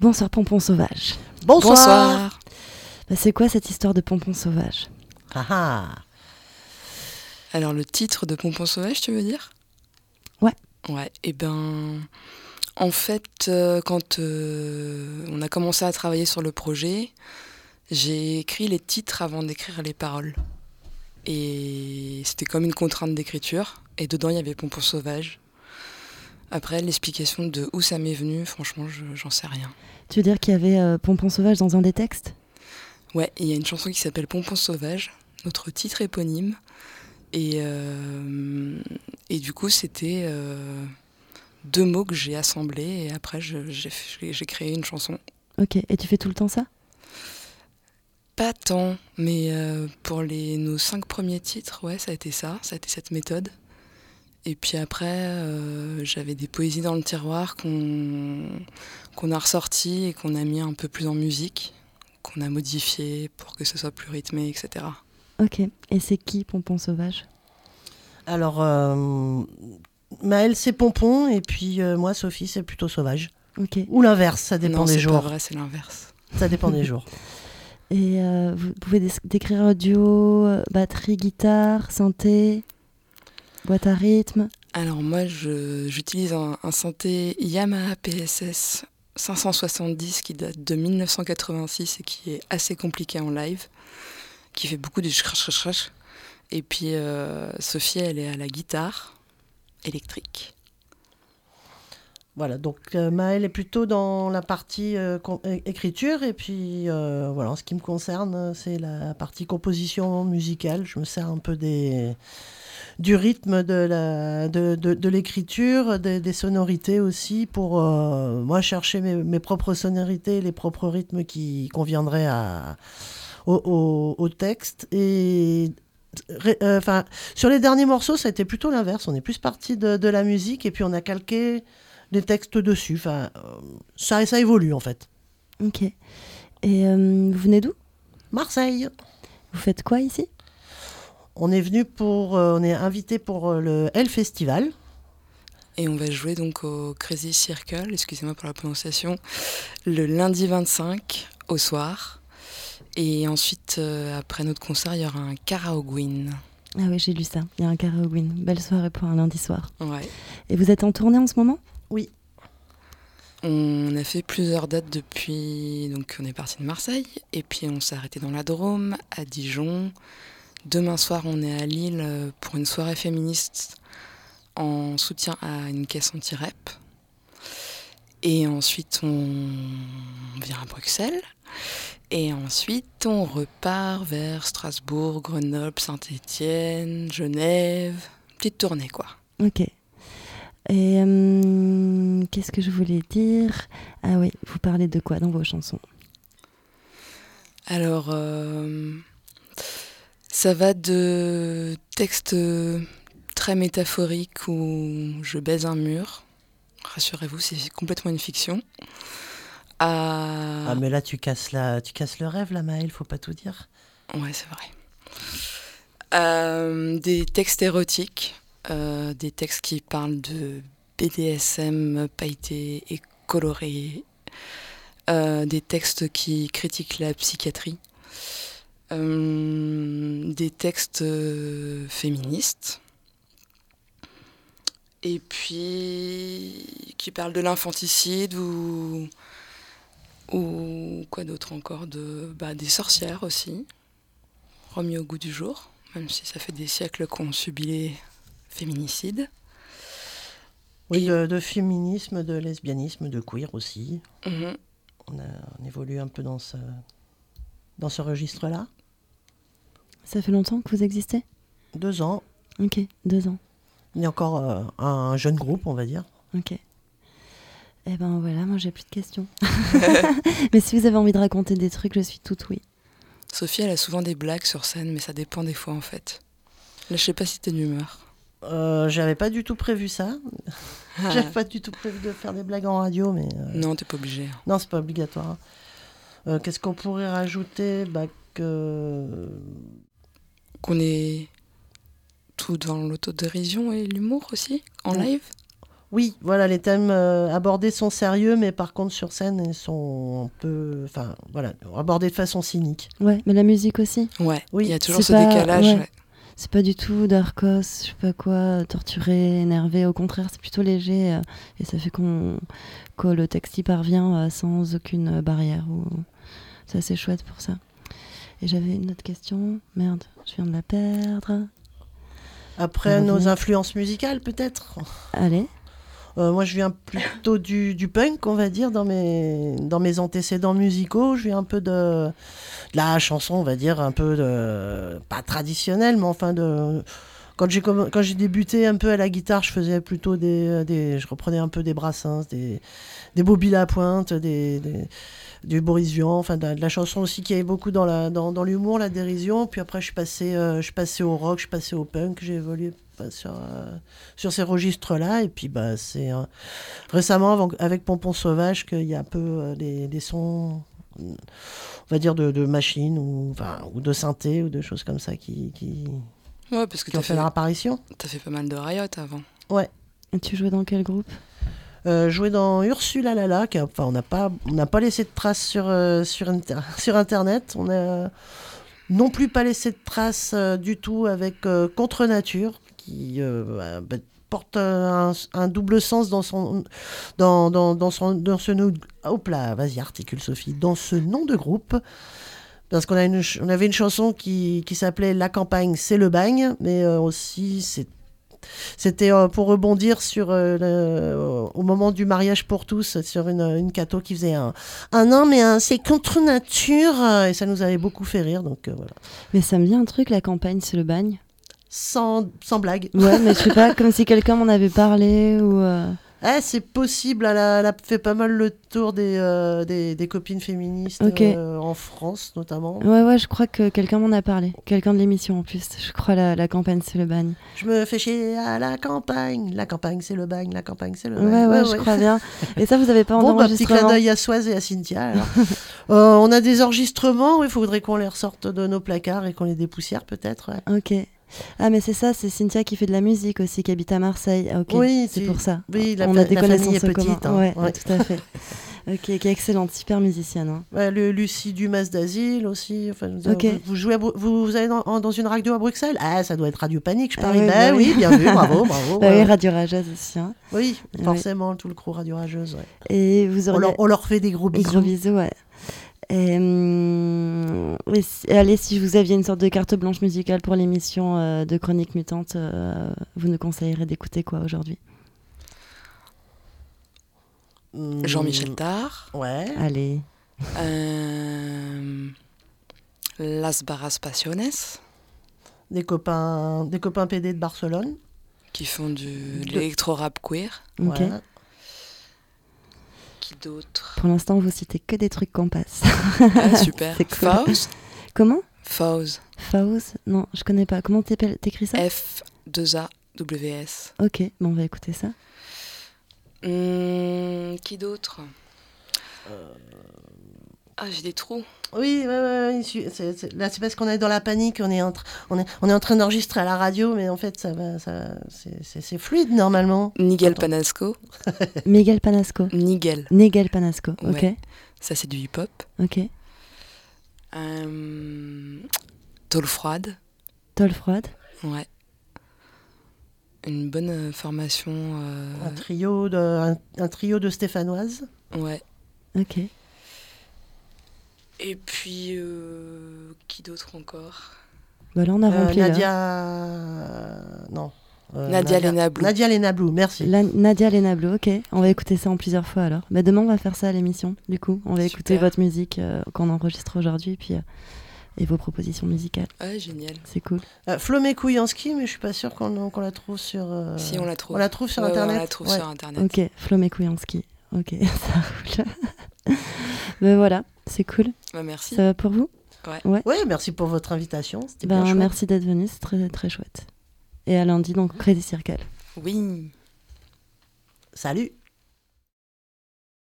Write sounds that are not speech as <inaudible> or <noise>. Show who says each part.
Speaker 1: Bonsoir Pompon Sauvage.
Speaker 2: Bonsoir.
Speaker 1: Bah, c'est quoi cette histoire de Pompon Sauvage
Speaker 2: Ah ah.
Speaker 3: Alors le titre de Pompon Sauvage, tu veux dire
Speaker 1: Ouais.
Speaker 3: Ouais, et ben... En fait, euh, quand euh, on a commencé à travailler sur le projet, j'ai écrit les titres avant d'écrire les paroles. Et c'était comme une contrainte d'écriture, et dedans il y avait Pompon Sauvage. Après, l'explication de où ça m'est venu, franchement, je- j'en sais rien.
Speaker 1: Tu veux dire qu'il y avait euh, Pompon Sauvage dans un des textes
Speaker 3: Ouais, il y a une chanson qui s'appelle Pompon Sauvage, notre titre éponyme. Et, euh, et du coup, c'était euh, deux mots que j'ai assemblés et après, je- j'ai j'ai- j'ai créé une chanson.
Speaker 1: Ok, et tu fais tout le temps ça
Speaker 3: Pas tant, mais euh, pour les, nos cinq premiers titres, ouais, ça a été ça, ça a été cette méthode. Et puis après, euh, j'avais des poésies dans le tiroir qu'on qu'on a ressorties et qu'on a mis un peu plus en musique, qu'on a modifié pour que ce soit plus rythmé, etc.
Speaker 1: Ok, et c'est qui Pompon Sauvage
Speaker 2: Alors, euh, Maëlle, c'est Pompon, et puis euh, moi, Sophie, c'est plutôt Sauvage.
Speaker 1: Ok,
Speaker 2: Ou l'inverse, ça dépend
Speaker 3: non,
Speaker 2: des
Speaker 3: c'est pas
Speaker 2: jours.
Speaker 3: vrai, c'est l'inverse.
Speaker 2: Ça dépend des jours.
Speaker 1: et euh, vous pouvez dé- décrire euh, duo, euh, batterie, guitare, synthé, boîte à rythme
Speaker 3: Alors moi, je- j'utilise un, un synthé Yamaha PSS 570 qui date de 1986 et qui est assez compliqué en live, qui fait beaucoup de crash crash crash. Et puis euh, Sophie, elle est à la guitare électrique.
Speaker 2: Voilà, donc euh, Maëlle est plutôt dans la partie euh, com- é- écriture, et puis euh, voilà, en ce qui me concerne, euh, c'est la partie composition musicale. Je me sers un peu des, du rythme de, la, de, de- de l'écriture, des, des sonorités aussi, pour euh, moi chercher mes, mes propres sonorités, les propres rythmes qui conviendraient à, au, au- au texte. Et ré- euh, 'fin, sur les derniers morceaux, ça a été plutôt l'inverse. On est plus parti de, de la musique, et puis on a calqué des textes dessus. Enfin, euh, ça, ça évolue en fait.
Speaker 1: Ok, et euh, vous venez d'où
Speaker 2: Marseille.
Speaker 1: Vous faites quoi ici
Speaker 2: On est venu pour, euh, on est invité pour euh, le L Festival.
Speaker 3: Et on va jouer donc au Crazy Circle, excusez-moi pour la prononciation, le lundi 25 au soir. Et ensuite, euh, après notre concert, il y aura un karaoke.
Speaker 1: Ah oui, j'ai lu ça, il y a un karaoke, belle soirée pour un lundi soir.
Speaker 3: Ouais.
Speaker 1: Et vous êtes en tournée en ce moment
Speaker 3: On a fait plusieurs dates depuis. Donc, on est parti de Marseille, et puis on s'est arrêté dans la Drôme, à Dijon. Demain soir, on est à Lille euh, pour une soirée féministe en soutien à une caisse anti-rep. Et ensuite, on vient à Bruxelles. Et ensuite, on repart vers Strasbourg, Grenoble, Saint-Étienne, Genève. Petite tournée, quoi.
Speaker 1: Ok. Et hum, qu'est-ce que je voulais dire Ah oui, vous parlez de quoi dans vos chansons
Speaker 3: Alors, euh, ça va de textes très métaphoriques où je baise un mur, rassurez-vous, c'est complètement une fiction,
Speaker 2: Ah.
Speaker 3: à...
Speaker 2: mais là tu casses la, tu casses le rêve là, Maëlle, faut pas tout dire.
Speaker 3: Ouais, c'est vrai. Euh, des textes érotiques, euh, des textes qui parlent de BDSM pailleté et coloré, euh, des textes qui critiquent la psychiatrie, euh, des textes euh, féministes, et puis qui parlent de l'infanticide ou, ou quoi d'autre encore, de, bah, des sorcières aussi remis au goût du jour, même si ça fait des siècles qu'on subit les féminicides.
Speaker 2: Oui, de, de féminisme, de lesbianisme, de queer aussi.
Speaker 3: Mhm.
Speaker 2: On, a- on évolue un peu dans ce, dans ce registre-là.
Speaker 1: Ça fait longtemps que vous existez
Speaker 2: Deux ans,
Speaker 1: Ok, deux ans.
Speaker 2: il y a encore euh, un jeune groupe, on va dire.
Speaker 1: Ok. Eh ben voilà, moi j'ai plus de questions. <laughs> Mais si vous avez envie de raconter des trucs, je suis toute oui.
Speaker 3: Sophie, elle a souvent des blagues sur scène, mais ça dépend des fois en fait. Là, je sais pas si t'es d'humeur.
Speaker 2: Euh, J'avais pas du tout prévu ça.
Speaker 3: Ah,
Speaker 2: J'avais pas du tout prévu de faire des blagues en radio, mais. euh,
Speaker 3: non, t'es pas obligée. hein.
Speaker 2: Non, c'est pas obligatoire. hein. Euh, Qu'est-ce qu'on pourrait rajouter bah, que...
Speaker 3: Qu'on est tout dans l'autodérision et l'humour aussi, en
Speaker 2: Ouais.
Speaker 3: live.
Speaker 2: Oui, voilà, les thèmes euh, abordés sont sérieux, mais par contre sur scène, ils sont un peu, enfin voilà, abordés de façon cynique.
Speaker 1: Ouais, mais la musique aussi.
Speaker 3: Ouais,
Speaker 2: Oui,
Speaker 3: il y a toujours ce
Speaker 1: c'est pas-
Speaker 3: décalage.
Speaker 1: ouais.
Speaker 3: ouais.
Speaker 1: C'est pas du tout darkos, je sais pas quoi, torturé, énervé. Au contraire, c'est plutôt léger euh, et ça fait qu'on que le texte y parvient euh, sans aucune euh, barrière. Ou... C'est assez chouette pour ça. Et j'avais une autre question. Merde, je viens de la perdre.
Speaker 2: Après,
Speaker 1: Mhm.
Speaker 2: nos influences musicales, peut-être.
Speaker 1: Allez.
Speaker 2: Euh, moi, je viens plutôt du, du punk, on va dire, dans mes, dans mes antécédents musicaux. Je viens un peu de, de la chanson, on va dire, un peu de. pas traditionnelle, mais enfin de. Quand j'ai, comm- quand j'ai débuté un peu à la guitare, je faisais plutôt des. des je reprenais un peu des Brassens, des, des Bobby Lapointe, des, des- du Boris Vian, enfin de, la- de la chanson aussi qui avait beaucoup dans, la, dans, dans l'humour, la dérision. Puis après, je suis, passé, euh, je suis passé au rock, je suis passé au punk, j'ai évolué euh, sur. euh, sur ces registres-là. Et puis, bah, c'est euh, récemment avant- avec Pompon Sauvage qu'il y a un peu euh, des, des sons, on va dire, de, de machines ou, enfin, ou de synthé ou de choses comme ça qui, qui,
Speaker 3: Ouais, parce que
Speaker 2: qui
Speaker 3: t'as
Speaker 2: ont fait
Speaker 3: fait,
Speaker 2: leur apparition.
Speaker 3: t'as fait pas mal de Riot avant.
Speaker 1: Et tu jouais dans quel groupe
Speaker 2: Euh, jouer dans Ursula Lala, qui a- enfin, on n'a pas, on n'a pas laissé de traces sur, euh, sur, inter- <laughs> sur Internet. On a non plus pas laissé de traces euh, du tout avec euh, Contre Nature, qui euh, bah, bah, porte euh, un, un double sens dans son dans, dans, dans son dans ce nom hop là vas-y articule Sophie dans ce nom de groupe parce qu'on a une ch- on avait une chanson qui, qui s'appelait la campagne c'est le bagne mais euh, aussi c'est c'était euh, pour rebondir sur euh, le- au moment du mariage pour tous sur une, une cato qui faisait un ah non mais un- c'est contre nature euh, et ça nous avait beaucoup fait rire donc euh, voilà
Speaker 1: Mais ça me dit un truc, la campagne, c'est le bagne.
Speaker 2: sans, sans blague
Speaker 1: Ouais, mais je sais pas, comme si quelqu'un m'en avait parlé ou. euh,
Speaker 2: Eh, c'est possible, elle a, elle a fait pas mal le tour des, euh, des, des copines féministes
Speaker 1: Ok.
Speaker 2: euh, en France notamment.
Speaker 1: Ouais, ouais, je crois que quelqu'un m'en a parlé. Quelqu'un de l'émission en plus. Je crois la, la campagne, c'est le bagne.
Speaker 2: Je me fais chier à la campagne, la campagne c'est le bagne, la campagne c'est le
Speaker 1: Ouais,
Speaker 2: bagne.
Speaker 1: ouais,
Speaker 2: Ouais,
Speaker 1: je
Speaker 2: ouais.
Speaker 1: crois bien. Et ça, vous avez pas en
Speaker 2: Bon, bah, petit clin
Speaker 1: enregistrement
Speaker 2: d'œil à Soise et à Cynthia. alors. <laughs> Euh, on a des enregistrements, il faudrait qu'on les ressorte de nos placards et qu'on les dépoussière peut-être. ouais.
Speaker 1: Ok. Ah, mais c'est ça, c'est Cynthia qui fait de la musique aussi, qui habite à Marseille. Ah, ok.
Speaker 2: Oui,
Speaker 1: c'est
Speaker 2: tu-
Speaker 1: pour ça.
Speaker 2: Oui, la,
Speaker 1: On
Speaker 2: fa-
Speaker 1: a des
Speaker 2: la famille est
Speaker 1: connaissances en commun.
Speaker 2: petite. hein.
Speaker 1: ouais,
Speaker 2: Ouais.
Speaker 1: tout à
Speaker 2: <laughs>
Speaker 1: fait. ok, qui est excellente, super musicienne. hein.
Speaker 2: Ouais, le Lucie Dumas d'Asile aussi. Enfin, vous-
Speaker 1: Ok.
Speaker 2: vous, jouez à Bru- vous, vous allez dans, en- dans une radio à Bruxelles Ah, ça doit être Radio Panique, je
Speaker 1: Ah
Speaker 2: parie.
Speaker 1: oui,
Speaker 2: Ben
Speaker 1: bah
Speaker 2: oui,
Speaker 1: oui.
Speaker 2: bien vu,
Speaker 1: <laughs>
Speaker 2: bravo, bravo.
Speaker 1: Bah
Speaker 2: ouais.
Speaker 1: oui, Radio Rageuse aussi. hein.
Speaker 2: Oui,
Speaker 1: Oui.
Speaker 2: forcément, tout le crew Radio Rageuse. ouais.
Speaker 1: Et vous
Speaker 2: On,
Speaker 1: auriez.
Speaker 2: leur, on leur fait des gros Oh, bisous.
Speaker 1: Gros bisous, ouais. Et, hum, et si- allez, si vous aviez une sorte de carte blanche musicale pour l'émission euh, de Chronique Mutante, euh, vous nous conseillerez d'écouter quoi aujourd'hui
Speaker 2: Hmm,
Speaker 3: Jean-Michel Tard,
Speaker 2: Ouais.
Speaker 1: Allez.
Speaker 3: euh, Las Barras Pasiones,
Speaker 2: Des copains, des copains PD de Barcelone.
Speaker 3: qui font du,
Speaker 2: De-
Speaker 3: de l'électro-rap queer.
Speaker 1: ok.
Speaker 2: Voilà.
Speaker 3: Qui d'autre <laughs>
Speaker 1: Pour l'instant, vous citez que des trucs qu'on passe. <laughs>
Speaker 3: Ah, Super.
Speaker 1: C'est cool.
Speaker 3: Faust
Speaker 1: Comment
Speaker 3: Faust.
Speaker 1: Faust Non, je connais pas. Comment t'épe- t'écris ça
Speaker 3: F2AWS.
Speaker 1: Ok, bon, on va écouter ça. <laughs>
Speaker 3: Hum, qui d'autre Ah, j'ai des trous.
Speaker 2: Oui, ouais, ouais, ouais, c'est- c'est- c'est- là c'est parce qu'on est dans la panique, on est, en, tra- on est, on est en train d'enregistrer à la radio, mais en fait ça va, ça, c'est- c'est c'est fluide normalement.
Speaker 3: Nigel
Speaker 2: Attends.
Speaker 3: Panasco.
Speaker 1: Miguel Panasco.
Speaker 3: Nigel.
Speaker 1: Nigel Panasco. Ok,
Speaker 3: Ouais. Ça, c'est du hip-hop.
Speaker 1: ok.
Speaker 3: Euh, Tôle froide.
Speaker 1: Tol Froid.
Speaker 3: Ouais. Une bonne euh, formation. euh,
Speaker 2: Un trio de, un, un trio de Stéphanoises.
Speaker 3: ouais.
Speaker 1: Ok.
Speaker 3: Et puis, euh, qui d'autre encore
Speaker 1: Bah là, on a
Speaker 2: Euh,
Speaker 1: rempli. là.
Speaker 2: Nadia, non. euh,
Speaker 3: Nadia Lena Blue.
Speaker 2: Nadia Lena Blue, merci.
Speaker 1: La- Nadia Lenablo, ok. On va écouter ça en plusieurs fois alors. Mais demain, on va faire ça à l'émission, du coup. On va écouter
Speaker 3: Super.
Speaker 1: votre musique euh, qu'on enregistre aujourd'hui puis, euh, et vos propositions musicales.
Speaker 3: Ouais, Ah, génial.
Speaker 1: C'est cool.
Speaker 2: Euh, Flo Mekouille en ski, mais je suis pas sûre qu'on qu'on la trouve sur. euh,
Speaker 3: Si on la trouve.
Speaker 2: on la trouve sur
Speaker 3: Ouais, ouais,
Speaker 2: internet.
Speaker 3: on la trouve
Speaker 2: Ouais.
Speaker 3: sur Internet.
Speaker 1: Ok, Flo Mekouyanski. Ok, <laughs> ça roule. Mais voilà, c'est cool.
Speaker 3: Bah, merci.
Speaker 1: Ça va pour vous
Speaker 2: Ouais, merci pour votre invitation. C'était bien
Speaker 1: ben,
Speaker 2: chouette.
Speaker 1: Merci d'être venu, c'est très, très chouette. Et à lundi, donc, Crédit Circle.
Speaker 3: Oui.
Speaker 2: Salut.